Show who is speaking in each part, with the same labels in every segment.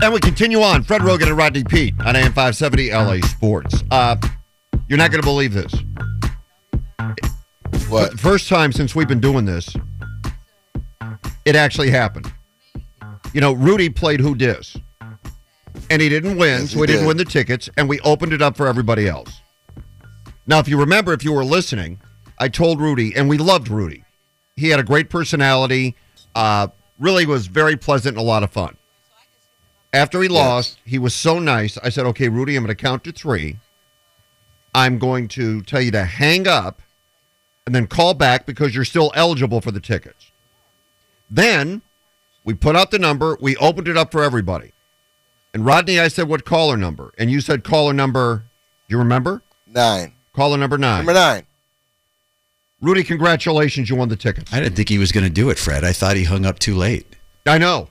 Speaker 1: And we continue on. Fred Rogan and Rodney Pete on AM 570 LA Sports. Uh, you're not going to believe this.
Speaker 2: What?
Speaker 1: The first time since we've been doing this, it actually happened. You know, Rudy played Who Dis, and he didn't win,
Speaker 2: Yes, he
Speaker 1: so he didn't
Speaker 2: did.
Speaker 1: win the tickets, and we opened it up for everybody else. Now, if you remember, if you were listening, I told Rudy, and we loved Rudy. He had a great personality, uh, really was very pleasant and a lot of fun. After he lost, he was so nice. I said, okay, Rudy, I'm going to count to three. I'm going to tell you to hang up and then call back because you're still eligible for the tickets. Then we put out the number, we opened it up for everybody. And Rodney, I said, what caller number? And you said caller number, do you remember?
Speaker 2: Nine.
Speaker 1: Caller number nine.
Speaker 2: Number nine.
Speaker 1: Rudy, congratulations, you won the tickets.
Speaker 3: I didn't think he was going to do it, Fred. I thought he hung up too late.
Speaker 1: I know.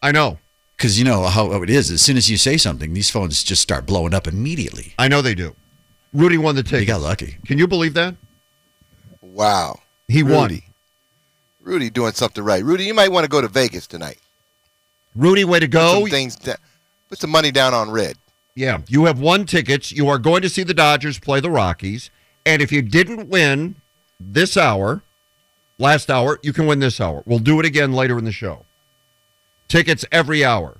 Speaker 1: I know.
Speaker 3: Because you know how it is. As soon as you say something, these phones just start blowing up immediately.
Speaker 1: I know they do. Rudy won the
Speaker 3: He
Speaker 1: tickets.
Speaker 3: got lucky.
Speaker 1: Can you believe that?
Speaker 2: Wow.
Speaker 1: He won.
Speaker 2: Rudy. Rudy doing something right. Rudy, you might want to go to Vegas tonight.
Speaker 1: Rudy, way to go.
Speaker 2: Some things da- put some money down on red.
Speaker 1: Yeah, you have won tickets. You are going to see the Dodgers play the Rockies. And if you didn't win this hour, last hour, you can win this hour. We'll do it again later in the show. Tickets every hour.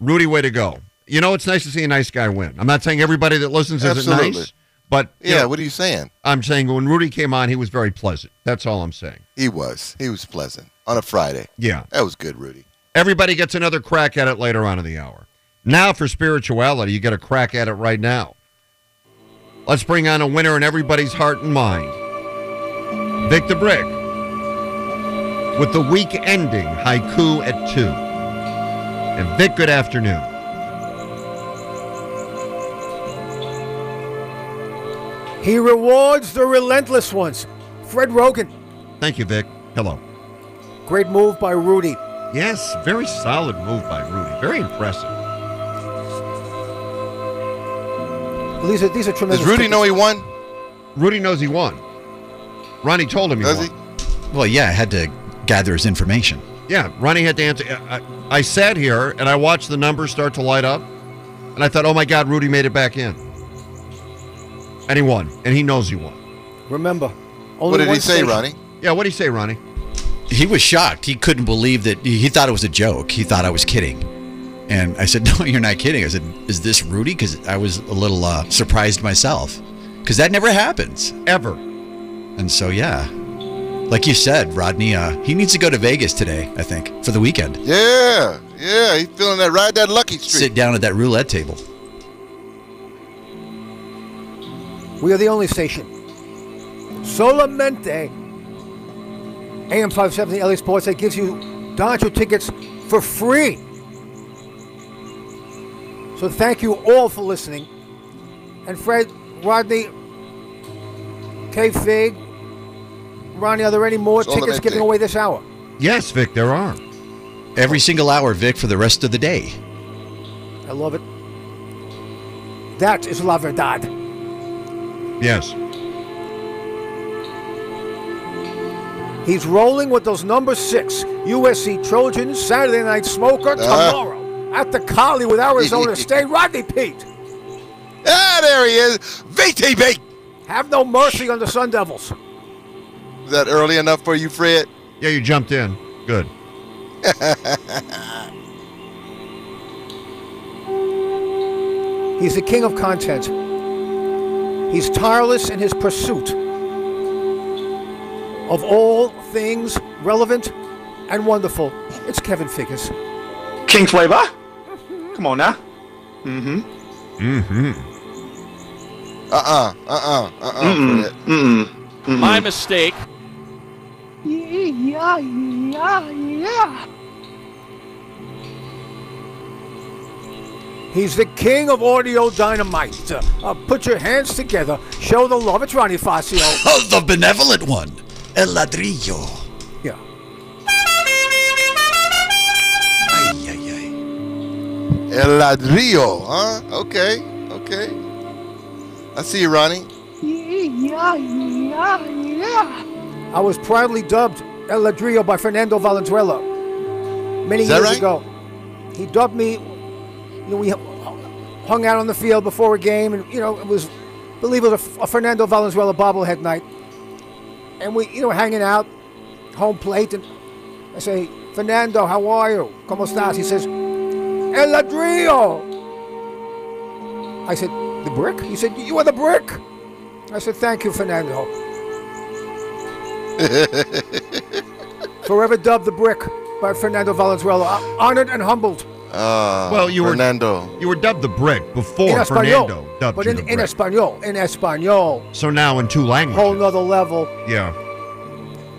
Speaker 1: Rudy, way to go. You know, it's nice to see a nice guy win. I'm not saying everybody that listens isn't
Speaker 2: Absolutely.
Speaker 1: nice, but you
Speaker 2: Yeah,
Speaker 1: know,
Speaker 2: what are you saying?
Speaker 1: I'm saying when Rudy came on, he was very pleasant. That's all I'm saying.
Speaker 2: He was. He was pleasant on a Friday.
Speaker 1: Yeah.
Speaker 2: That was good, Rudy.
Speaker 1: Everybody gets another crack at it later on in the hour. Now for spirituality, you get a crack at it right now. Let's bring on a winner in everybody's heart and mind. Victor Brick with the week ending haiku at two. And Vic, good afternoon.
Speaker 4: He rewards the relentless ones. Fred Rogan,
Speaker 1: Thank you, Vic. Hello.
Speaker 4: great move by Rudy.
Speaker 1: Yes, very solid move by Rudy. Very impressive.
Speaker 4: These are, these are tremendous.
Speaker 2: Does Rudy know he won?
Speaker 1: Rudy knows he won. Ronnie told him he
Speaker 2: Does
Speaker 1: won.
Speaker 2: he?
Speaker 3: Well, yeah, I had to gather his information.
Speaker 1: Yeah, Ronnie had to answer. I, I- I sat here and I watched the numbers start to light up, and I thought, oh my God, Rudy made it back in. And he won, and he knows he won.
Speaker 4: Remember, only
Speaker 2: What did
Speaker 4: one
Speaker 2: he say,
Speaker 4: station.
Speaker 2: Ronnie?
Speaker 1: Yeah, what do you say, Ronnie?
Speaker 3: He was shocked. He couldn't believe that. He thought it was a joke. He thought I was kidding. And I said, "No, you're not kidding." I said, "Is this Rudy?" Because I was a little uh, surprised myself, because that never happens.
Speaker 1: Ever.
Speaker 3: And so, yeah, like you said, Rodney, uh, he needs to go to Vegas today. I think for the weekend.
Speaker 2: Yeah. Yeah. He's feeling that ride that lucky
Speaker 3: Sit
Speaker 2: streak.
Speaker 3: down at that roulette table.
Speaker 4: We are the only station. Solamente AM 570 LA Sports that gives you Dodger tickets for free. So thank you all for listening. And Fred, Rodney, K Fig, Ronnie, are there any more tickets
Speaker 2: Solamente.
Speaker 4: giving away this hour?
Speaker 1: Yes, Vic, there are.
Speaker 3: Every single hour, Vic, for the rest of the day.
Speaker 4: I love it. That is La Verdad.
Speaker 1: Yes.
Speaker 4: He's rolling with those number six USC Trojans Saturday Night Smoker tomorrow at the Collie with Arizona State. Rodney Pete,
Speaker 2: Ah, there he is. VTB.
Speaker 4: have no mercy on the Sun Devils.
Speaker 2: Is that early enough for you, Fred?
Speaker 1: Yeah, you jumped in. Good.
Speaker 4: He's the king of content. He's tireless in his pursuit of all things relevant and wonderful. It's Kevin Figgis.
Speaker 5: King Flavor. Come on now.
Speaker 2: Uh-uh. Uh-uh. Uh-uh. Fred.
Speaker 6: My mistake.
Speaker 4: He's the king of audio dynamite. Uh, uh, put your hands together. Show the love. It's Ronnie Fascio.
Speaker 3: Of Oh, the benevolent one, El Ladrillo.
Speaker 4: yeah.
Speaker 3: Ay, ay,
Speaker 2: El ladrillo, huh? Okay, okay. I see you, Ronnie.
Speaker 4: I was proudly dubbed El Ladrillo by Fernando Valenzuela many
Speaker 2: Is that
Speaker 4: years
Speaker 2: right?
Speaker 4: ago. He dubbed me. You know, we hung out on the field before a game, and you know, it was, I believe it was a, a Fernando Valenzuela bobblehead night, and we, you know, hanging out, home plate, and I say, Fernando, how are you? Como estás? He says, El Ladrillo. I said, the brick? He said, you are the brick. I said, thank you, Fernando. Forever dubbed the brick by Fernando Valenzuela. Uh, Honored and humbled
Speaker 2: Uh,
Speaker 1: Well, you were-
Speaker 2: Fernando.
Speaker 1: You were dubbed the brick
Speaker 4: in
Speaker 1: before
Speaker 4: Espanol.
Speaker 1: Fernando dubbed
Speaker 4: but
Speaker 1: you
Speaker 4: in,
Speaker 1: the
Speaker 4: in
Speaker 1: brick.
Speaker 4: Espanol, in Espanol,
Speaker 1: so now in two
Speaker 4: whole
Speaker 1: languages.
Speaker 4: nother level.
Speaker 1: yeah.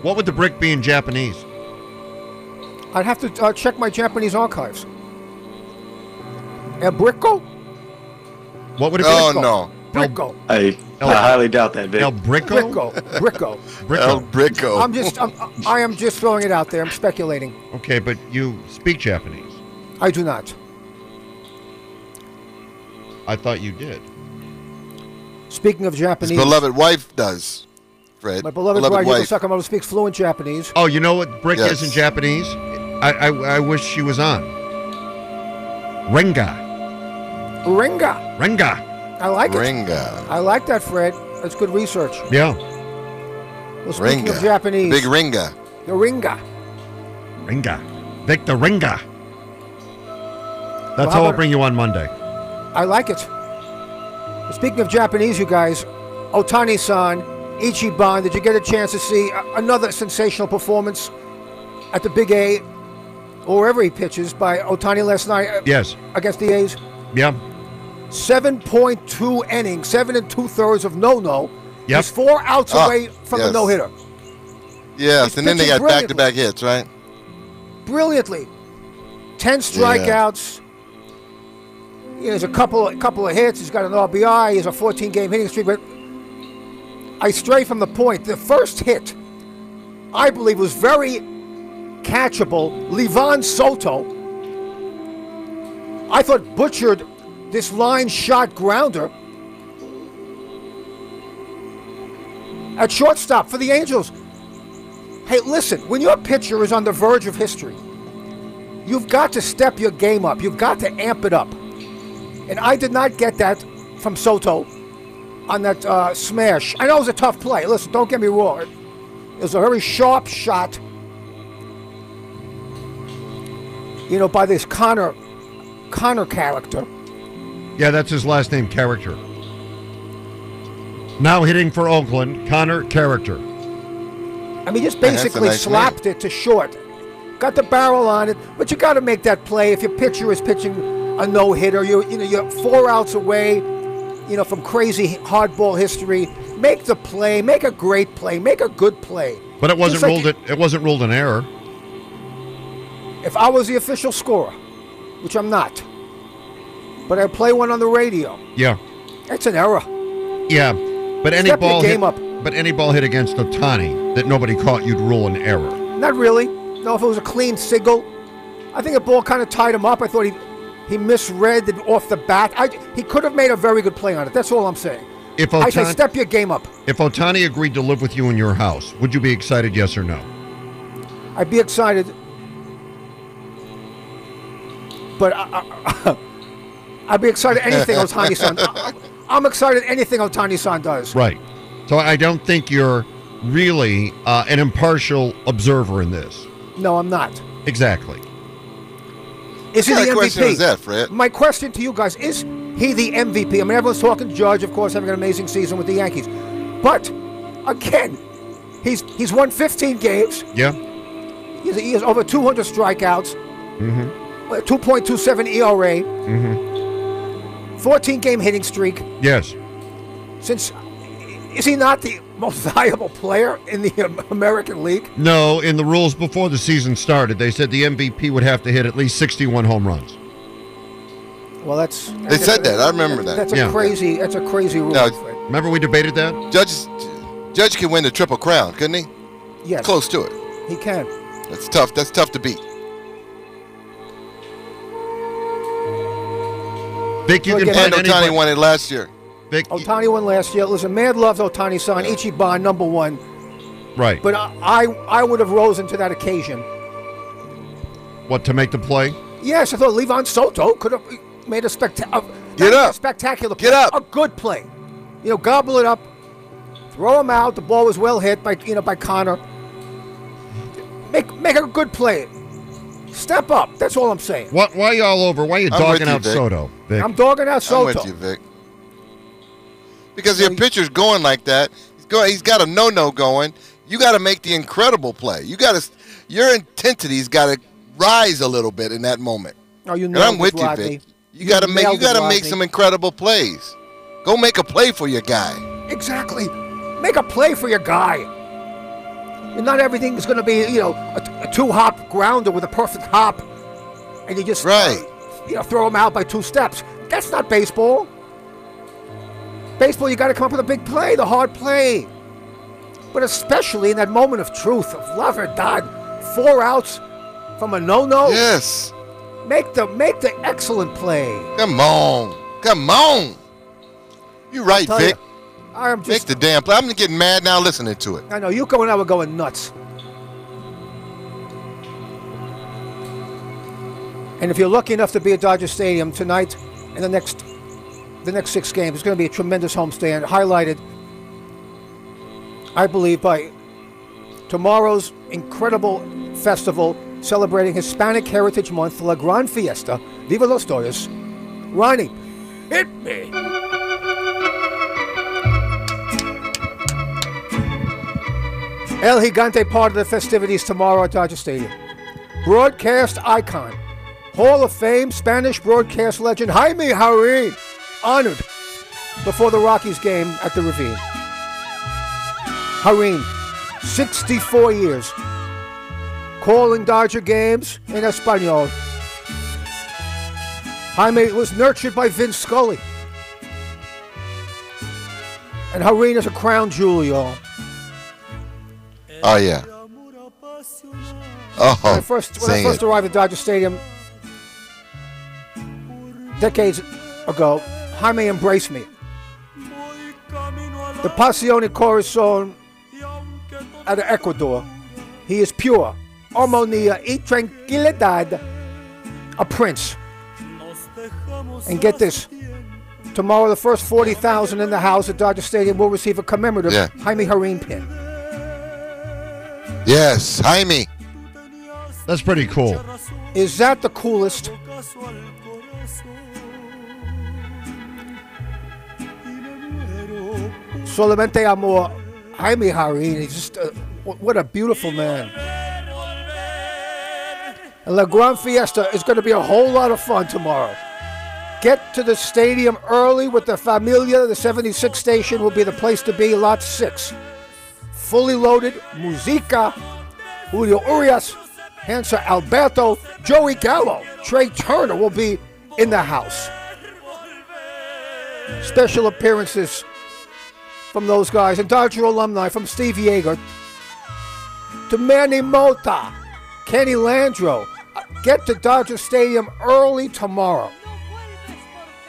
Speaker 1: What would the brick be in Japanese?
Speaker 4: I'd have to uh, check my Japanese archives. El brico?
Speaker 1: What would it be?
Speaker 2: Oh no,
Speaker 4: Brico.
Speaker 5: Hey,
Speaker 1: El-
Speaker 5: I highly doubt that, Vic.
Speaker 1: El Brico?
Speaker 4: Brico. Brico.
Speaker 1: Brico.
Speaker 2: El Brico.
Speaker 4: I'm just, I'm, I am just throwing it out there. I'm speculating.
Speaker 1: Okay, but you speak Japanese.
Speaker 4: I do not.
Speaker 1: I thought you did.
Speaker 4: Speaking of
Speaker 2: His
Speaker 4: Japanese,
Speaker 2: beloved wife does. Fred.
Speaker 4: my beloved, wife, Yuko Sakamoto, speaks fluent Japanese.
Speaker 1: Oh, you know what brick
Speaker 2: Yes.
Speaker 1: is in Japanese? I, I, I wish she was on. Renga.
Speaker 4: Ringa.
Speaker 1: Renga.
Speaker 4: I like it.
Speaker 2: Ringa.
Speaker 4: I like that, Fred. That's good research.
Speaker 1: Yeah.
Speaker 4: Well, speaking
Speaker 2: Ringa.
Speaker 4: of Japanese,
Speaker 2: Big Ringa.
Speaker 4: the Ringa.
Speaker 1: Renga. Victor Renga. That's
Speaker 4: Well, how
Speaker 1: how I'll
Speaker 4: about-
Speaker 1: bring you on Monday.
Speaker 4: I like it. Speaking of Japanese, you guys, Otani san, Ichiban, did you get a chance to see a- another sensational performance at the Big A or wherever he pitches by Otani last night uh,
Speaker 1: Yes.
Speaker 4: against the A's?
Speaker 1: Yeah.
Speaker 4: 7.2 innings, seven and two thirds of no no.
Speaker 1: Yep.
Speaker 4: He's four outs
Speaker 2: Ah,
Speaker 4: away from a
Speaker 2: yes.
Speaker 4: no hitter.
Speaker 2: Yes,
Speaker 4: He's
Speaker 2: and then they
Speaker 4: pitching
Speaker 2: got back to back hits, right?
Speaker 4: Brilliantly. 10 strikeouts. He has a couple a couple of hits. He's got an RBI. He has a 14 game hitting streak. But I stray from the point. The first hit, I believe, was very catchable. Levon Soto, I thought, butchered this line shot grounder at shortstop for the Angels. Hey, listen, when your pitcher is on the verge of history, you've got to step your game up. You've got to amp it up. And I did not get that from Soto on that uh, smash. I know it was a tough play. Listen, don't get me wrong. It was a very sharp shot, you know, by this Connor Connor character.
Speaker 1: Yeah, that's his last name, Character. Now hitting for Oakland, Connor Character.
Speaker 4: I mean, just
Speaker 2: Yeah, that's a
Speaker 4: basically
Speaker 2: nice
Speaker 4: slapped it to short. Got the barrel on it, but you got to make that play. If your pitcher is pitching a no hitter, you you know you're four outs away, you know from crazy hardball history. Make the play, make a great play, make a good play.
Speaker 1: But it wasn't
Speaker 4: Just like
Speaker 1: ruled it, it wasn't ruled an error.
Speaker 4: If I was the official scorer, which I'm not, but I play one on the radio,
Speaker 1: Yeah.
Speaker 4: it's an error.
Speaker 1: Yeah. But any
Speaker 4: Step your
Speaker 1: ball
Speaker 4: game
Speaker 1: hit,
Speaker 4: up.
Speaker 1: but any ball hit against Otani that nobody caught, you'd rule an error.
Speaker 4: Not really. No, if it was a clean single, I think the ball kind of tied him up. I thought he he misread it off the bat. I, he could have made a very good play on it. That's all I'm saying.
Speaker 1: If
Speaker 4: I say
Speaker 1: Ohtani-
Speaker 4: step your game up.
Speaker 1: If Otani agreed to live with you in your house, would you be excited, yes or no?
Speaker 4: I'd be excited, but I, I, would be excited anything Otani San. I- I'm excited anything Otani San does.
Speaker 1: Right. So I don't think you're really uh, an impartial observer in this.
Speaker 4: No, I'm not.
Speaker 1: Exactly.
Speaker 4: Is he
Speaker 2: What
Speaker 4: the
Speaker 2: kind of
Speaker 4: MVP?
Speaker 2: question was that, Fred?
Speaker 4: My question to you guys is he the MVP? I mean, everyone's talking Judge, of course, having an amazing season with the Yankees, but again, he's he's won 15 games.
Speaker 1: Yeah.
Speaker 4: He's, he has over 200 strikeouts,
Speaker 2: Mm-hmm.
Speaker 4: uh, 2.27 ERA,
Speaker 2: Mm-hmm.
Speaker 4: 14 game hitting streak.
Speaker 1: Yes.
Speaker 4: Since is he not the most valuable player in the um, American League?
Speaker 1: No, in the rules before the season started, they said the MVP would have to hit at least 61 home runs.
Speaker 4: Well, that's
Speaker 2: They said that. I remember that.
Speaker 4: That's a
Speaker 1: Yeah.
Speaker 4: crazy. That's a crazy rule.
Speaker 2: No.
Speaker 4: Fred.
Speaker 1: Remember we debated that?
Speaker 2: Judge, Judge can win the Triple Crown, couldn't he?
Speaker 4: Yes,
Speaker 2: Close to it.
Speaker 4: he can.
Speaker 2: That's tough. That's tough to beat.
Speaker 1: Vic, you
Speaker 4: Look
Speaker 1: can
Speaker 4: at
Speaker 2: And
Speaker 1: find
Speaker 2: Otani
Speaker 1: anybody.
Speaker 2: won it last year.
Speaker 1: Vic,
Speaker 4: Otani won last year. Listen, Mad loves Otani-san, Ichiban number one.
Speaker 1: right?
Speaker 4: But I, I would have risen to that occasion.
Speaker 1: what to make the play?
Speaker 4: Yes, I thought Levon Soto could have made a spectacular.
Speaker 2: Get up.
Speaker 4: spectacular.
Speaker 2: Get
Speaker 4: play,
Speaker 2: up.
Speaker 4: A good play. You know, gobble it up, throw him out. The ball was well hit by you know by Connor. Make make a good play. Step up. That's all I'm saying.
Speaker 1: What? Why you all over? Why you
Speaker 2: I'm
Speaker 1: dogging
Speaker 2: with you,
Speaker 1: out
Speaker 2: Vic.
Speaker 1: Soto? Vic,
Speaker 4: I'm dogging out Soto.
Speaker 2: I'm with you, Vic. Because your pitcher's going like that. He's going. He's got a no-no going. You got to make the incredible play. You got to. Your intensity's got to rise a little bit in that moment.
Speaker 4: Oh, you
Speaker 2: And
Speaker 4: know
Speaker 2: I'm with you, Vic. You got to make. You got to make some incredible plays. Go make a play for your guy.
Speaker 4: Exactly. Make a play for your guy. And not everything is going to be, you know, a, two hop grounder with a perfect hop, and you just uh,
Speaker 2: Right.
Speaker 4: you know, throw him out by two steps. That's not baseball. Baseball, you got to come up with a big play, the hard play. But especially in that moment of truth, of love or die, four outs from a no-no.
Speaker 2: Yes.
Speaker 4: Make the make the excellent play.
Speaker 2: Come on. Come on. You're right,
Speaker 4: Tell
Speaker 2: Vic.
Speaker 4: you, I'm just
Speaker 2: Make the damn play. I'm getting mad now listening to it.
Speaker 4: I know Yuko and I were going nuts. And if you're lucky enough to be at Dodger Stadium tonight and the next the next six games, it's going to be a tremendous homestand, highlighted, I believe, by tomorrow's incredible festival celebrating Hispanic Heritage Month, La Gran Fiesta. Viva los Toyos. Ronnie, hit me. El Gigante part of the festivities tomorrow at Dodger Stadium. Broadcast icon, Hall of Fame Spanish broadcast legend Jaime Harry, honored before the Rockies game at the Ravine. Harim, 64 years, calling Dodger games in Espanol. Jaime was nurtured by Vince Scully. And Harim is a crown jewel, y'all.
Speaker 2: Oh yeah. Oh,
Speaker 4: when I first when I
Speaker 2: sing
Speaker 4: first
Speaker 2: it.
Speaker 4: arrived at Dodger Stadium decades ago, Jaime embraced me. The Pasione Corazon out of Ecuador. He is pure, armonia y tranquilidad, a prince. And get this. Tomorrow, the first 40,000 in the house at Dodger Stadium will receive a commemorative
Speaker 2: Yeah.
Speaker 4: Jaime Harim pin.
Speaker 2: Yes, Jaime.
Speaker 1: that's pretty cool.
Speaker 4: Is that the coolest? Solamente amor, Jaime Harin. He's just a, wh- what a beautiful man. And La Gran Fiesta is going to be a whole lot of fun tomorrow. Get to the stadium early with the familia. The 76 station will be the place to be. Lot six, fully loaded. Musica. Julio Urias, Hansa Alberto, Joey Gallo, Trey Turner will be in the house. Special appearances from those guys and Dodger alumni from Steve Yeager to Manny Mota, Kenny Landro. Get to Dodger Stadium early tomorrow.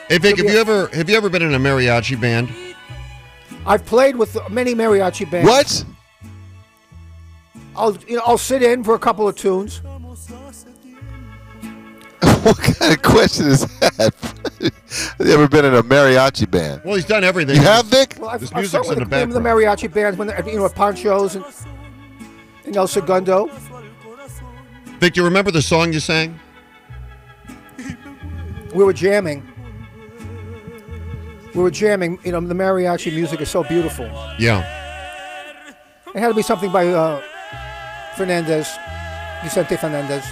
Speaker 1: Hey Vic,
Speaker 4: Could
Speaker 1: have
Speaker 4: be
Speaker 1: you
Speaker 4: a-
Speaker 1: ever have you ever been in a mariachi band?
Speaker 4: I've played with many mariachi bands.
Speaker 2: What?
Speaker 4: I'll you know, I'll sit in for a couple of tunes.
Speaker 2: What kind of question is that? Have you ever been in a mariachi band?
Speaker 1: Well, he's done everything.
Speaker 2: You have, Vic?
Speaker 4: Well, I've,
Speaker 1: This
Speaker 4: I've sung
Speaker 1: music's
Speaker 4: with
Speaker 1: in
Speaker 4: the,
Speaker 1: the
Speaker 4: name of the
Speaker 1: background.
Speaker 4: mariachi bands when they're, you know at ponchos and, and El Segundo.
Speaker 1: Vic, do you remember the song you sang?
Speaker 4: we were jamming. We were jamming. You know, the mariachi music is so beautiful.
Speaker 1: Yeah.
Speaker 4: It had to be something by uh, Fernandez, Vicente Fernandez.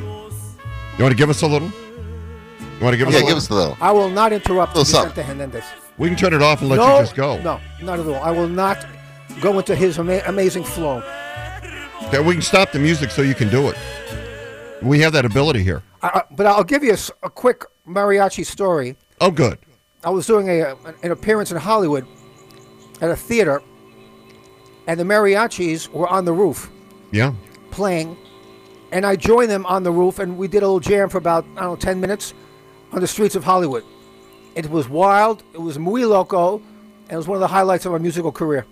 Speaker 1: You want to give us a little? You want to give us?
Speaker 2: Yeah,
Speaker 1: a little?
Speaker 2: give us a little.
Speaker 4: I will not interrupt
Speaker 2: Little
Speaker 4: Vicente
Speaker 2: something.
Speaker 4: Fernandez.
Speaker 1: We can turn it off and let
Speaker 4: no,
Speaker 1: you just go.
Speaker 4: No, not at all. I will not go into his ama- amazing flow.
Speaker 1: Okay, we can stop the music so you can do it. We have that ability here.
Speaker 4: I, I- but I'll give you a, s- a quick mariachi story.
Speaker 1: Oh, good.
Speaker 4: I was doing a, an appearance in Hollywood at a theater, and the mariachis were on the roof
Speaker 1: Yeah.
Speaker 4: playing, and I joined them on the roof, and we did a little jam for about I don't know ten minutes on the streets of Hollywood. It was wild. It was muy loco, and it was one of the highlights of my musical career.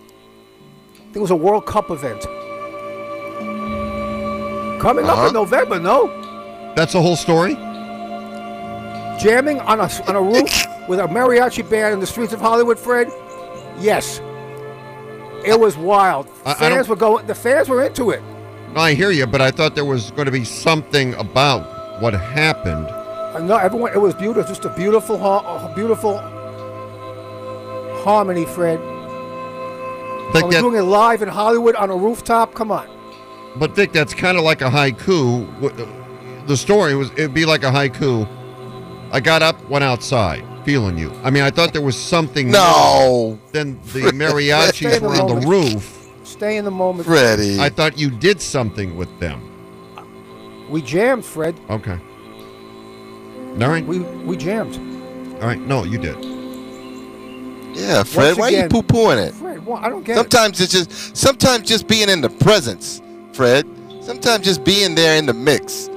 Speaker 4: I think it was a World Cup event. Coming up in November, no?
Speaker 1: That's the whole story?
Speaker 4: Jamming on a, on a roof with a mariachi band in the streets of Hollywood, Fred? Yes. It was wild.
Speaker 1: I- I don't-
Speaker 4: fans were going. The fans were into it.
Speaker 1: No, I hear you, but I thought there was going to be something about what happened.
Speaker 4: Uh, No, everyone. It was beautiful. Just a beautiful, har- a beautiful harmony, Fred.
Speaker 2: Oh,
Speaker 4: I
Speaker 1: Think
Speaker 4: was
Speaker 1: that-
Speaker 4: doing it live in Hollywood on a rooftop. Come on.
Speaker 1: but Vic, that's kind of like a haiku. Wh- The story was it'd be like a haiku. I got up, went outside, feeling you. I mean, I thought there was something.
Speaker 2: No,
Speaker 1: more. Then the mariachis
Speaker 4: Stay
Speaker 1: were on the
Speaker 4: moment.
Speaker 1: roof.
Speaker 4: Stay in the moment.
Speaker 2: Freddie.
Speaker 1: I thought you did something with them.
Speaker 4: We jammed, Fred.
Speaker 1: Okay. All right.
Speaker 4: We we jammed.
Speaker 1: All right. No, you did.
Speaker 2: yeah, Fred, why
Speaker 4: again-
Speaker 2: you poo pooing it?
Speaker 4: Fred, wha- I don't get it.
Speaker 2: Sometimes it's just sometimes just being in the presence, Fred. Sometimes just being there in the mix.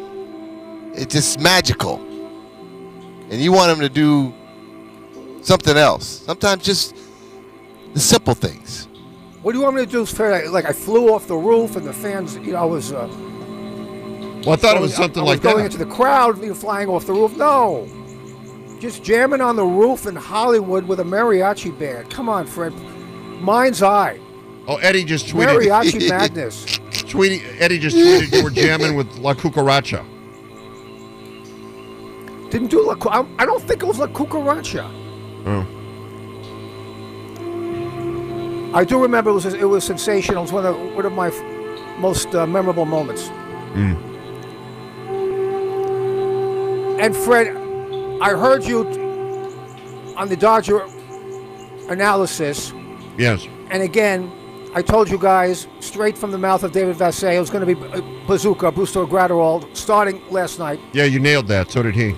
Speaker 2: It's just magical. And you want them to do something else. Sometimes just the simple things.
Speaker 4: What do you want me to do, Fred? I- Like I flew off the roof, and the fans. You know, I was. Uh,
Speaker 1: Well, I thought it
Speaker 4: going-
Speaker 1: was something
Speaker 4: Oh, I was
Speaker 1: like
Speaker 4: going
Speaker 1: that.
Speaker 4: into the crowd, you know, flying off the roof. No, just jamming on the roof in Hollywood with a mariachi band. Come on, Fred. Mind's eye.
Speaker 1: oh, Eddie just tweeted.
Speaker 4: Mariachi madness.
Speaker 1: tweeting, Eddie just tweeted you were jamming with La Cucaracha.
Speaker 4: Didn't do La. Cu- I I don't think it was La Cucaracha.
Speaker 1: Oh.
Speaker 4: I do remember it was it was sensational. It was one of one of my f- most uh, memorable moments.
Speaker 1: Mm.
Speaker 4: And Fred, I heard you t- on the Dodger analysis,
Speaker 1: Yes.
Speaker 4: and again, I told you guys straight from the mouth of David Vassay it was going to be uh, Bazooka, Busto Gratterall, starting last night.
Speaker 1: Yeah, you nailed that. So did he.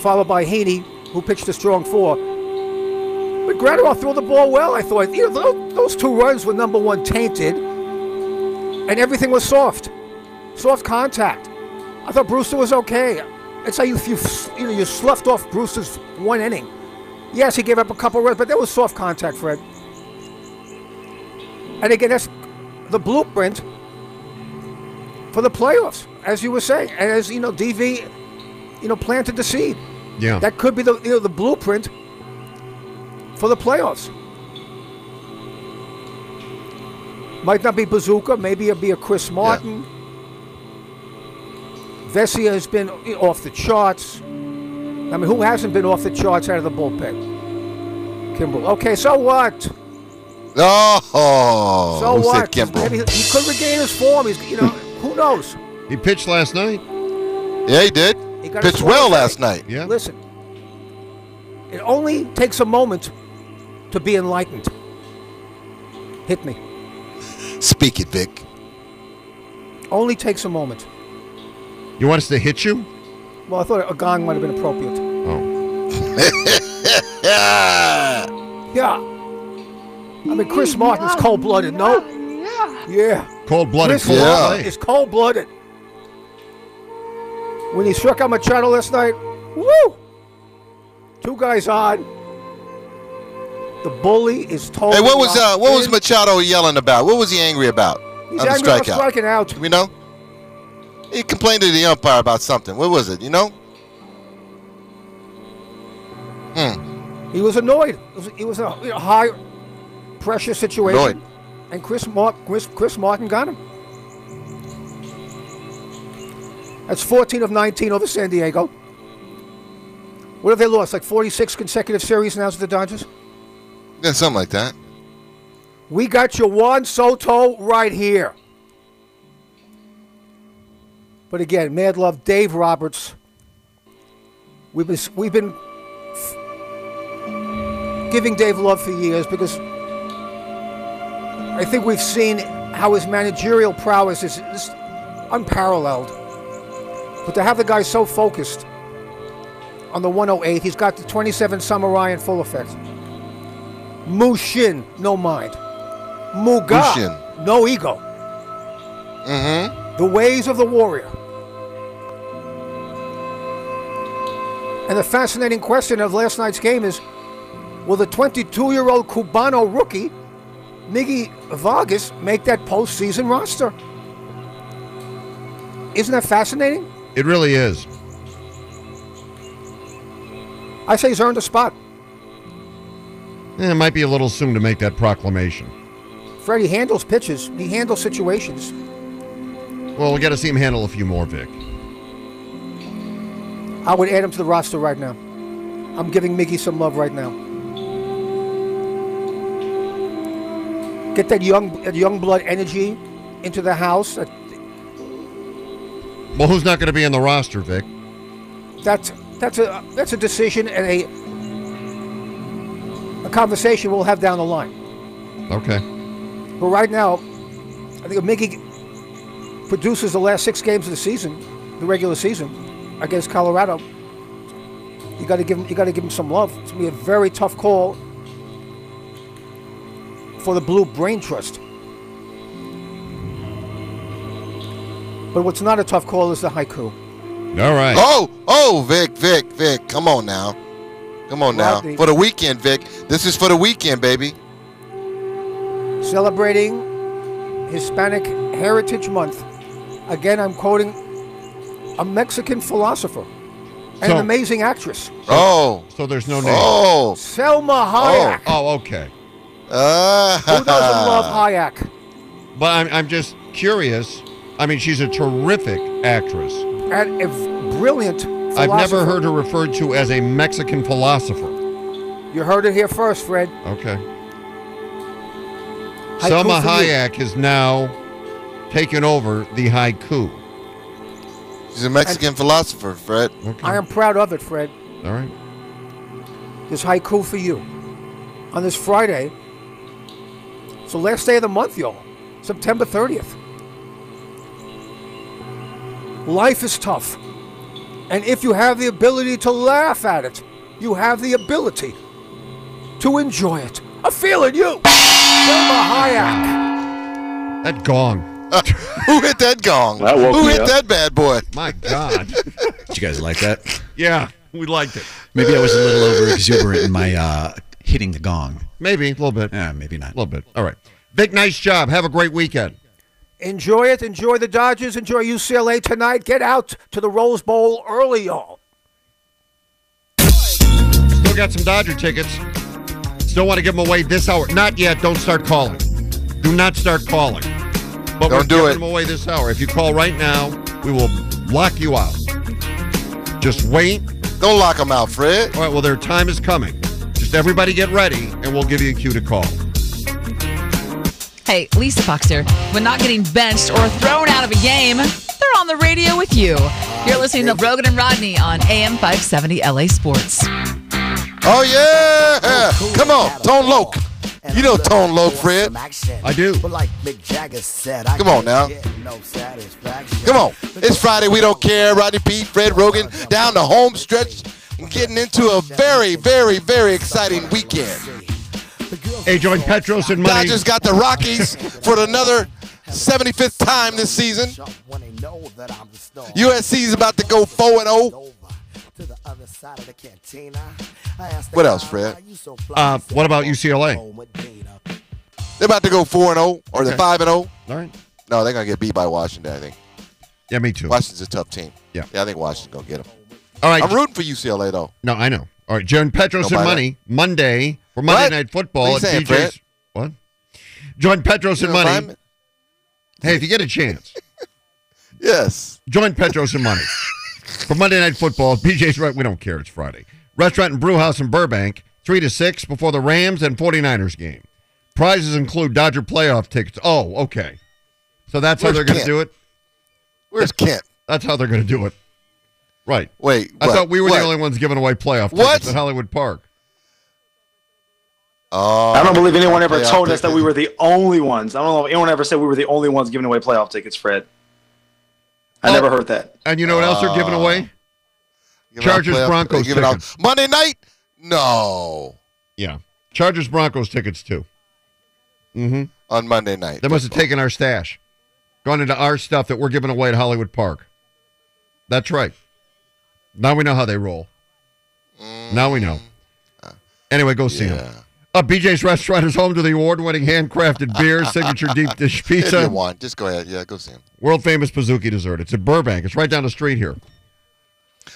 Speaker 4: followed by Heaney, who pitched a strong four. But Gratterall threw the ball well, I thought. You know, tho- those two runs were number one tainted, and everything was soft, soft contact. I thought Brewster was okay. It's like you, you, you know, you sloughed off Brewster's one inning. Yes, he gave up a couple runs, but that was soft contact, Fred. And again, that's the blueprint for the playoffs, as you were saying, and as you know, DV, you know, planted the seed.
Speaker 1: Yeah.
Speaker 4: That could be the you know the blueprint for the playoffs. Might not be Bazooka. Maybe it'll be a Chris Martin. Vesia has been off the charts. I mean, who hasn't been off the charts out of the bullpen? Kimball. Okay, so what?
Speaker 2: Oh,
Speaker 4: so
Speaker 2: who
Speaker 4: what?
Speaker 2: said Kimbrel?
Speaker 4: Maybe he, he could regain his form. He's you know who knows.
Speaker 1: he pitched last night.
Speaker 2: Yeah, he did.
Speaker 4: He got
Speaker 2: Pitched
Speaker 4: his
Speaker 2: well
Speaker 4: swing
Speaker 2: last
Speaker 4: today.
Speaker 2: night.
Speaker 1: Yeah.
Speaker 4: Listen, it only takes a moment to be enlightened. Hit me.
Speaker 2: Speak it, Vic.
Speaker 4: Only takes a moment.
Speaker 1: You want us to hit you?
Speaker 4: Well, I thought a gong might have been appropriate.
Speaker 1: Oh.
Speaker 2: Yeah.
Speaker 4: Yeah. I mean, Chris Martin's cold blooded, no? Yeah.
Speaker 1: Cold blooded.
Speaker 4: Chris
Speaker 1: Cold
Speaker 2: Yeah.
Speaker 4: Martin
Speaker 1: blooded.
Speaker 4: is cold blooded. When he struck out Machado last night, woo! Two guys on. The bully is totally.
Speaker 2: Hey, what was uh,
Speaker 4: locked
Speaker 2: what was
Speaker 4: in.
Speaker 2: Machado yelling about? What was he angry about
Speaker 4: He's
Speaker 2: on the
Speaker 4: angry about
Speaker 2: strikeout?
Speaker 4: striking out.
Speaker 2: Do we know? He complained to the umpire about something. What was it? You know?
Speaker 4: He was annoyed. It was, it was a you know, high pressure situation.
Speaker 2: Annoyed.
Speaker 4: And Chris, Mar- Chris, Chris Martin got him. That's 14 of 19 over San Diego. What have they lost? Like 46 consecutive series now to the Dodgers?
Speaker 2: Yeah, something like that.
Speaker 4: We got your Juan Soto right here. But again, mad love, Dave Roberts. We've been we've been giving Dave love for years because I think we've seen how his managerial prowess is, is unparalleled. But to have the guy so focused on the 108, he's got the 27 Samurai in full effect. Mushin, no mind. Muga,
Speaker 2: Mushin.
Speaker 4: no ego. The ways of the warrior. And the fascinating question of last night's game is will the 22 year old Cubano rookie, Miggy Vargas, make that postseason roster? Isn't that fascinating?
Speaker 1: It really is.
Speaker 4: I say he's earned a spot.
Speaker 1: Eh, It might be a little soon to make that proclamation.
Speaker 4: Freddie handles pitches, he handles situations.
Speaker 1: Well, we got to see him handle a few more, Vic.
Speaker 4: I would add him to the roster right now. I'm giving Miggy some love right now. Get that young, that young blood energy into the house. That,
Speaker 1: Well, who's not going to be on the roster, Vic?
Speaker 4: that's that's a that's a decision and a a conversation we'll have down the line.
Speaker 1: Okay.
Speaker 4: But right now, I think if Mickey produces the last six games of the season, the regular season, against Colorado, you got to give him. You got to give him some love. It's gonna be a very tough call for the Blue Brain Trust. But what's not a tough call is the haiku.
Speaker 1: All right.
Speaker 2: Oh, oh, Vic, Vic, Vic. Come on now. Come on now.
Speaker 4: Rodney.
Speaker 2: For the weekend, Vic. This is for the weekend, baby.
Speaker 4: celebrating Hispanic Heritage Month. Again, I'm quoting a Mexican philosopher and
Speaker 1: So-
Speaker 4: an amazing actress,
Speaker 2: Oh.
Speaker 1: So there's no name.
Speaker 2: Oh.
Speaker 4: Selma Hayek.
Speaker 1: Oh, okay.
Speaker 2: Uh,
Speaker 4: Who doesn't love Hayek?
Speaker 1: But I'm, I'm just curious. I mean, she's a terrific actress.
Speaker 4: And a v- brilliant philosopher.
Speaker 1: I've never heard her referred to as a Mexican philosopher.
Speaker 4: You heard it here first, Fred.
Speaker 1: Okay.
Speaker 4: Haiku
Speaker 1: Selma
Speaker 4: for you.
Speaker 1: Hayek has now taken over the haiku.
Speaker 2: She's a Mexican philosopher, Fred.
Speaker 1: Okay.
Speaker 4: I am proud of it, Fred.
Speaker 1: All right.
Speaker 4: This haiku for you on this Friday. It's the last day of the month, y'all. September 30th. Life is tough. And if you have the ability to laugh at it, you have the ability to enjoy it. I feel in you. Selma Hayek.
Speaker 1: That gong.
Speaker 2: Who hit that gong?
Speaker 5: That woke
Speaker 2: Who
Speaker 5: me
Speaker 2: hit
Speaker 5: up.
Speaker 2: that bad boy?
Speaker 1: My God.
Speaker 3: Did you guys like that?
Speaker 1: yeah, we liked it.
Speaker 3: Maybe I was a little over exuberant in my uh, hitting the gong.
Speaker 1: Maybe a little bit.
Speaker 3: Yeah, maybe not.
Speaker 1: A little bit. All right. Vic, nice job. Have a great weekend.
Speaker 4: Enjoy it. Enjoy the Dodgers. Enjoy UCLA tonight. Get out to the Rose Bowl early, y'all.
Speaker 1: Still got some Dodger tickets. Still want to give them away this hour. Not yet. Don't start calling. Do not start calling. But we're
Speaker 2: Don't do
Speaker 1: giving
Speaker 2: it.
Speaker 1: them away this hour. If you call right now, we will lock you out. Just wait.
Speaker 2: Don't lock him out, Fred.
Speaker 1: All right. Well, their time is coming. Just everybody get ready, and we'll give you a cue to call.
Speaker 7: Hey, Lisa Fox here. When not getting benched or thrown out of a game, they're on the radio with you. You're listening to Rogan and Rodney on AM 570 LA Sports.
Speaker 2: Oh, yeah. Come on. Tone Loke. You know Tone Loke, Fred.
Speaker 1: I do.
Speaker 2: Come on now. Come on. It's Friday. We don't care. Rodney Pete, Fred Rogan, down the home stretch and getting into a very, very, very exciting weekend.
Speaker 1: Hey, join Petros and Money.
Speaker 2: Dodgers got the Rockies for another 75th time this season. USC is about to go 4 and oh. 0. What else, Fred?
Speaker 1: Uh, what about UCLA? All
Speaker 2: They're about to go 4 and 0 or the 5 and 0.
Speaker 1: right.
Speaker 2: No, they're going to get beat by Washington, I think.
Speaker 1: Yeah, me too.
Speaker 2: Washington's a tough team.
Speaker 1: Yeah.
Speaker 2: Yeah, I think Washington's going to get them.
Speaker 1: All right.
Speaker 2: I'm rooting for UCLA, though.
Speaker 1: No, I know. All right, Jaron Petros
Speaker 2: Don't
Speaker 1: and
Speaker 2: buy
Speaker 1: Money Monday for Monday
Speaker 2: What?
Speaker 1: Night
Speaker 2: What
Speaker 1: Football
Speaker 2: you
Speaker 1: at
Speaker 2: saying,
Speaker 1: DJ's. What? Join Petros and
Speaker 2: You know,
Speaker 1: Money.
Speaker 2: Lyman?
Speaker 1: Hey, if you get a chance,
Speaker 2: Yes.
Speaker 1: join Petros and Money for Monday Night Football. BJ's right. We don't care. It's Friday. Restaurant and Brew House in Burbank, three to six before the Rams and 49ers game. Prizes include Dodger playoff tickets. Oh, okay. So that's how
Speaker 2: Where's
Speaker 1: they're going to
Speaker 2: Kent?
Speaker 1: do it.
Speaker 2: Where's Kent?
Speaker 1: That's how they're going to do it. Right.
Speaker 2: Wait.
Speaker 1: I
Speaker 2: what?
Speaker 1: thought we were
Speaker 2: What?
Speaker 1: the only ones giving away playoff tickets
Speaker 2: What?
Speaker 1: at Hollywood Park.
Speaker 2: Oh,
Speaker 5: I don't believe anyone ever
Speaker 2: playoff
Speaker 5: told us that
Speaker 2: tickets.
Speaker 5: we were the only ones. I don't know if anyone ever said we were the only ones giving away playoff tickets, Fred. I never heard that.
Speaker 1: And you know what else they're
Speaker 2: Uh,
Speaker 1: giving away?
Speaker 2: Giving out
Speaker 1: Chargers,
Speaker 2: playoff-
Speaker 1: Broncos
Speaker 2: giving out- Monday night? No.
Speaker 1: Yeah. Chargers Broncos tickets too.
Speaker 2: On Monday night.
Speaker 1: They must have taken our stash, gone into our stuff that we're giving away at Hollywood Park. That's right. Now we know how they roll. Now we know. Anyway, go see
Speaker 2: Yeah.
Speaker 1: them. Uh, BJ's Restaurant is home to the award-winning handcrafted beer, signature deep dish
Speaker 2: If you
Speaker 1: pizza,
Speaker 2: want, just go ahead. Yeah, go see him.
Speaker 1: world famous Pazuki dessert. It's at Burbank. It's right down the street here.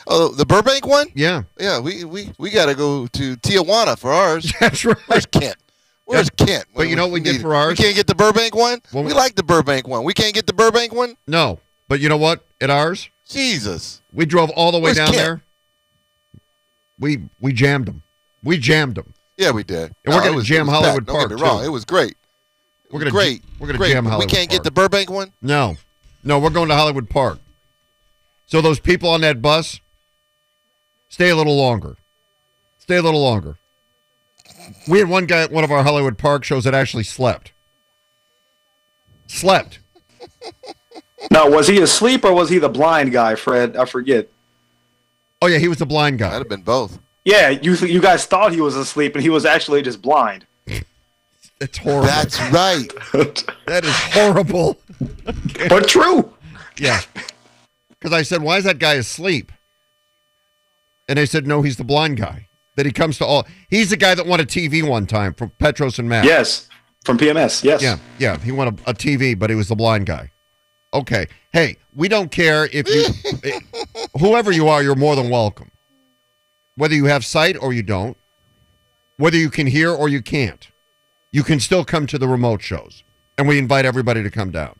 Speaker 2: Oh, the Burbank one?
Speaker 1: Yeah,
Speaker 2: Yeah, we we, we got to go to Tijuana for ours.
Speaker 1: that's right.
Speaker 2: Where's Kent? Where's Kent?
Speaker 1: But you know what we did
Speaker 2: need-
Speaker 1: for ours?
Speaker 2: We can't get the Burbank one.
Speaker 1: Well,
Speaker 2: we
Speaker 1: we-
Speaker 2: like the Burbank one. We can't get the Burbank one.
Speaker 1: No, but you know what? At ours,
Speaker 2: Jesus.
Speaker 1: we drove all the way
Speaker 2: Where's
Speaker 1: down
Speaker 2: Kent?
Speaker 1: there. We we jammed them. We jammed them.
Speaker 2: Yeah, we did.
Speaker 1: And we're
Speaker 2: it
Speaker 1: gonna
Speaker 2: was-
Speaker 1: jam
Speaker 2: it was
Speaker 1: Hollywood
Speaker 2: packed. Don't get
Speaker 1: Park,
Speaker 2: me wrong.
Speaker 1: too.
Speaker 2: It was great. It
Speaker 1: We're
Speaker 2: was
Speaker 1: gonna
Speaker 2: great.
Speaker 1: j- we're gonna
Speaker 2: great.
Speaker 1: jam
Speaker 2: but
Speaker 1: Hollywood
Speaker 2: We can't
Speaker 1: Park.
Speaker 2: get the Burbank one.
Speaker 1: No, no, we're going to Hollywood Park. So those people on that bus, stay a little longer. Stay a little longer. We had one guy at one of our Hollywood Park shows that actually slept. Slept.
Speaker 5: Now, was he asleep or was he the blind guy, Fred? I forget.
Speaker 1: Oh yeah, he was the blind
Speaker 2: That'd
Speaker 1: guy.
Speaker 2: have been both.
Speaker 5: Yeah, you you guys thought he was asleep and he was actually just blind.
Speaker 1: That's horrible.
Speaker 2: That's right.
Speaker 1: That is horrible.
Speaker 5: but true.
Speaker 1: Yeah. Because I said, why is that guy asleep? And they said, no, he's the blind guy. That he comes to all. He's the guy that won a TV one time from Petros and Matt.
Speaker 5: Yes, from PMS. Yes.
Speaker 1: Yeah, yeah. He won a, a TV, but he was the blind guy. Okay. Hey, we don't care if you, eh, whoever you are, you're more than welcome. Whether you have sight or you don't, whether you can hear or you can't, you can still come to the remote shows. And we invite everybody to come down.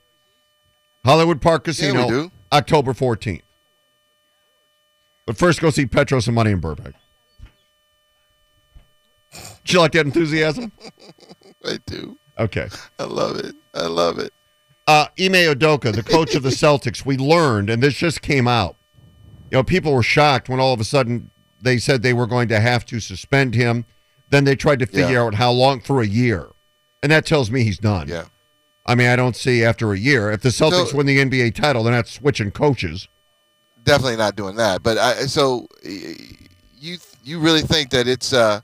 Speaker 1: Hollywood Park
Speaker 2: we
Speaker 1: Casino,
Speaker 2: do.
Speaker 1: October 14th. But first, go see Petros and Money in Burbank. Did you like that enthusiasm?
Speaker 2: I do.
Speaker 1: Okay.
Speaker 2: I love it. I love it.
Speaker 1: uh, Ime Odoka, the coach of the Celtics, we learned, and this just came out. You know, people were shocked when all of a sudden they said they were going to have to suspend him. Then they tried to figure
Speaker 2: Yeah.
Speaker 1: out how long for a year, and that tells me he's done.
Speaker 2: Yeah.
Speaker 1: I mean, I don't see after a year if the Celtics
Speaker 2: So-
Speaker 1: win the NBA title, they're not switching coaches.
Speaker 2: Definitely not doing that. But I so y- you you really think that it's uh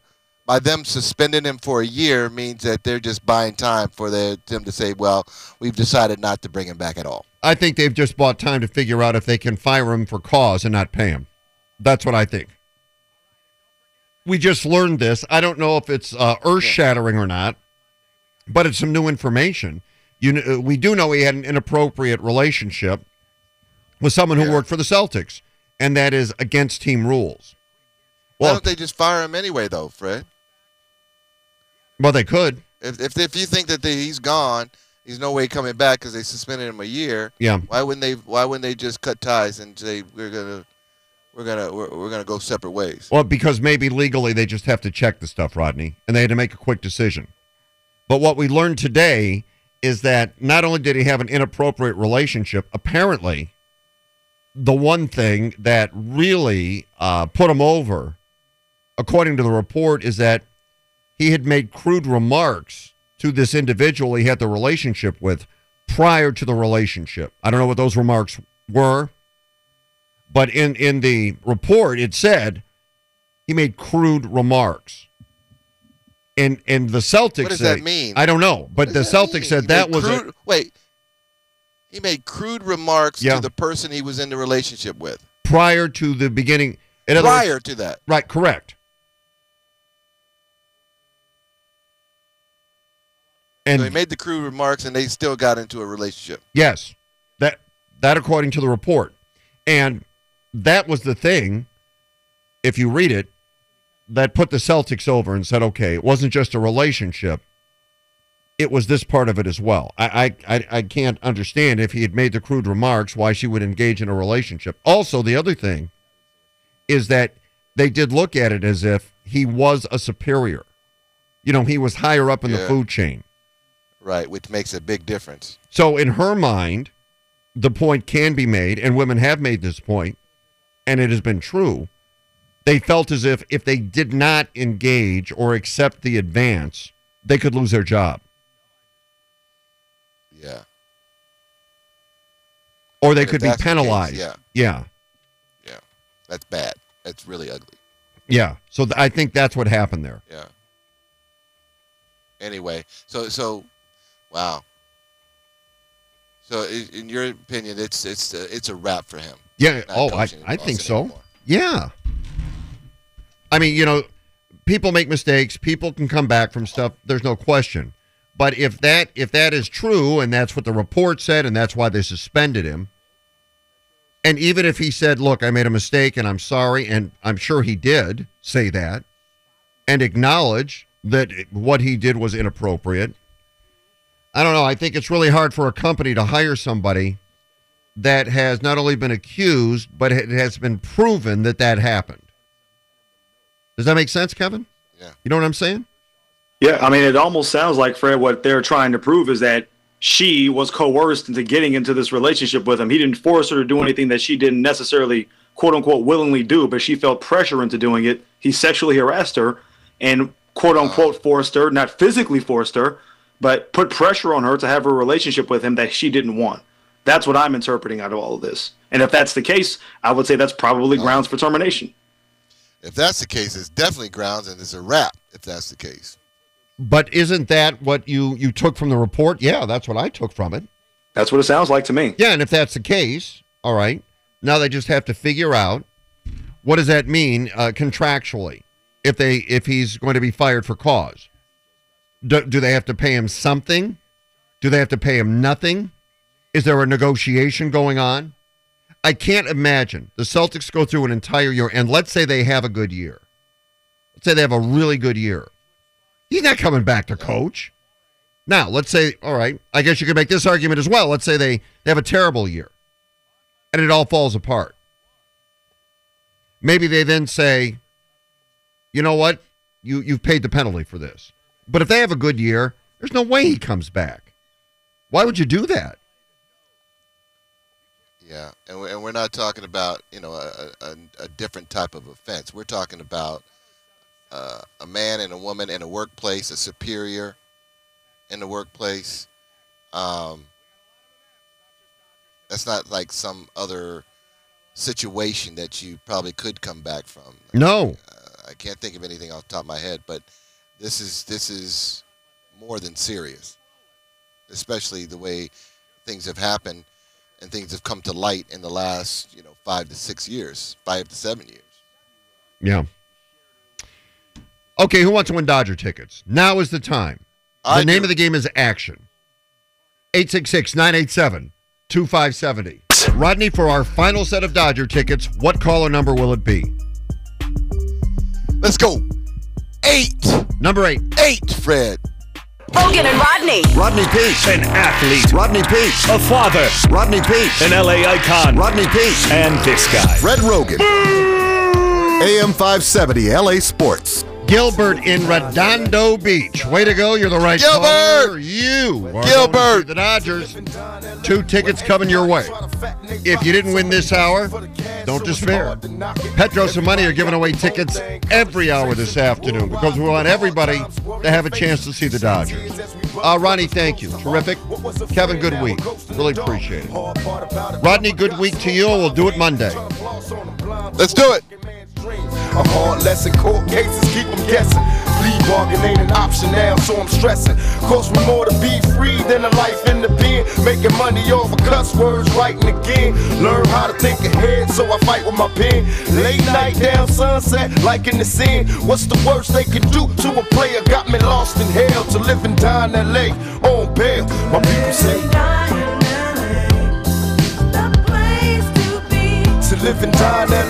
Speaker 2: by them suspending him for a year means that they're just buying time for their, them to say, well, we've decided not to bring him back at all.
Speaker 1: I think they've just bought time to figure out if they can fire him for cause and not pay him. That's what I think. We just learned this. I don't know if it's uh, earth shattering or not, but it's some new information. You know, we do know he had an inappropriate relationship with someone who worked for the Celtics, and that is against team rules.
Speaker 2: Why
Speaker 1: Well,
Speaker 2: don't they just fire him anyway, though, Fred?
Speaker 1: well, they could.
Speaker 2: If if, if you think that they, he's gone, he's no way coming back because they suspended him a year.
Speaker 1: Yeah.
Speaker 2: Why wouldn't they? Why wouldn't they just cut ties and say we're gonna, we're gonna, we're, we're gonna go separate ways?
Speaker 1: Well, because maybe legally they just have to check the stuff, Rodney, and they had to make a quick decision. But what we learned today is that not only did he have an inappropriate relationship, apparently, the one thing that really uh, put him over, according to the report, is that he had made crude remarks to this individual he had the relationship with prior to the relationship. I don't know what those remarks were, but in, in the report, it said he made crude remarks. And, and the Celtics
Speaker 2: What does
Speaker 1: say-
Speaker 2: that mean?
Speaker 1: I don't know, but the
Speaker 2: What does that
Speaker 1: Celtics
Speaker 2: mean?
Speaker 1: said
Speaker 2: He
Speaker 1: that
Speaker 2: made
Speaker 1: was a-
Speaker 2: crude, wait. He made crude remarks
Speaker 1: Yeah.
Speaker 2: to the person he was in the relationship with
Speaker 1: prior to the beginning. In other words-
Speaker 2: prior to that.
Speaker 1: right? Correct. And
Speaker 2: so he made the crude remarks, and they still got into a relationship.
Speaker 1: yes, that that according to the report, and that was the thing. If you read it, that put the Celtics over and said, okay, it wasn't just a relationship. It was this part of it as well. I, I I- I can't understand if he had made the crude remarks why she would engage in a relationship. Also, the other thing is that they did look at it as if he was a superior. You know, he was higher up in the
Speaker 2: Yeah.
Speaker 1: food chain.
Speaker 2: Right, which makes a big difference.
Speaker 1: So in her mind, the point can be made, and women have made this point, and it has been true. They felt as if if they did not engage or accept the advance, they could lose their job.
Speaker 2: Yeah.
Speaker 1: or they could be
Speaker 2: that's the case,
Speaker 1: penalized.
Speaker 2: yeah.
Speaker 1: yeah,
Speaker 2: Yeah, that's bad. That's really ugly.
Speaker 1: yeah. So th- I think that's what happened there.
Speaker 2: Yeah. Anyway, so so, wow. So i- in your opinion, it's it's uh, it's a wrap for him.
Speaker 1: Yeah.
Speaker 2: Not
Speaker 1: oh, I,
Speaker 2: coaching
Speaker 1: I think
Speaker 2: Boston
Speaker 1: so.
Speaker 2: anymore.
Speaker 1: Yeah. I mean, you know, people make mistakes. People can come back from stuff. There's no question. But if that if that is true, and that's what the report said, and that's why they suspended him, and even if he said, "Look, I made a mistake, and I'm sorry," and I'm sure he did say that, and acknowledge that what he did was inappropriate. I don't know. I think it's really hard for a company to hire somebody that has not only been accused, but it has been proven that that happened. Does that make sense, Kevin?
Speaker 2: Yeah.
Speaker 1: You know what I'm saying?
Speaker 5: Yeah, I mean, it almost sounds like Fred. What they're trying to prove is that she was coerced into getting into this relationship with him. He didn't force her to do anything that she didn't necessarily, quote unquote, willingly do, but she felt pressure into doing it. He sexually harassed her and, quote unquote, forced her, not physically forced her, but put pressure on her to have a relationship with him that she didn't want. That's what I'm interpreting out of all of this. And if that's the case, I would say that's probably grounds for termination.
Speaker 2: If that's the case, it's definitely grounds, and it's a wrap. If that's the case,
Speaker 1: But isn't that what you you took from the report? Yeah, that's what I took from it.
Speaker 5: That's what it sounds like to me.
Speaker 1: Yeah, and if that's the case, all right. Now they just have to figure out what does that mean uh, contractually if they if he's going to be fired for cause. Do, do they have to pay him something? Do they have to pay him nothing? Is there a negotiation going on? I can't imagine the Celtics go through an entire year, and let's say they have a good year. Let's say they have a really good year. He's not coming back to coach. Now, let's say, all right, I guess you could make this argument as well. Let's say they, they have a terrible year and it all falls apart. Maybe they then say, you know what? You, you've paid the penalty for this. But if they have a good year, there's no way he comes back. Why would you do that?
Speaker 2: yeah. And we- and we're not talking about you know a, a- a, a different type of offense. We're talking about uh, a man and a woman in a workplace, a superior in the workplace. Um, that's not like some other situation that you probably could come back from.
Speaker 1: No.
Speaker 2: uh, I can't think of anything off the top of my head, but this is this is more than serious, especially the way things have happened and things have come to light in the last you know five to six years, five to seven years.
Speaker 1: Yeah. Okay, who wants to win Dodger tickets? Now is the time. The
Speaker 2: I
Speaker 1: name
Speaker 2: do.
Speaker 1: of the game is Action. 866 987 2570. Rodney, for our final set of Dodger tickets, what caller number will it be?
Speaker 2: Let's go, eight,
Speaker 1: Number eight.
Speaker 2: eight, Fred.
Speaker 8: Hogan and Rodney.
Speaker 9: Rodney Peace, an athlete. Rodney Peace, a father. Rodney Peace, an LA icon. Rodney Peace, and this guy.
Speaker 10: Fred Rogan. AM 570 LA Sports.
Speaker 1: Gilbert in Redondo Beach. Way to go. You're the right
Speaker 2: Gilbert!
Speaker 1: caller. You are
Speaker 2: Gilbert!
Speaker 1: going to The Dodgers. Two tickets coming your way. If you didn't win this hour, don't despair. Petros and Money are giving away tickets every hour this afternoon because we want everybody to have a chance to see the Dodgers. Uh, Ronnie, thank you. Terrific. Kevin, good week. Really appreciate it. Rodney, good week to you. We'll do it Monday.
Speaker 2: Let's do it.
Speaker 10: A hard lesson, court cases keep them guessing. Plea bargain ain't an option now, so I'm stressing. Cost me more to be free than a life in the pen. Making money off of cuss words, writing again. Learn how to think ahead, so I fight with my pen. Late night down sunset, like in the scene. What's the worst they can do to a player? Got me lost in hell to live and die in LA on bail. My people say to live and die in LA.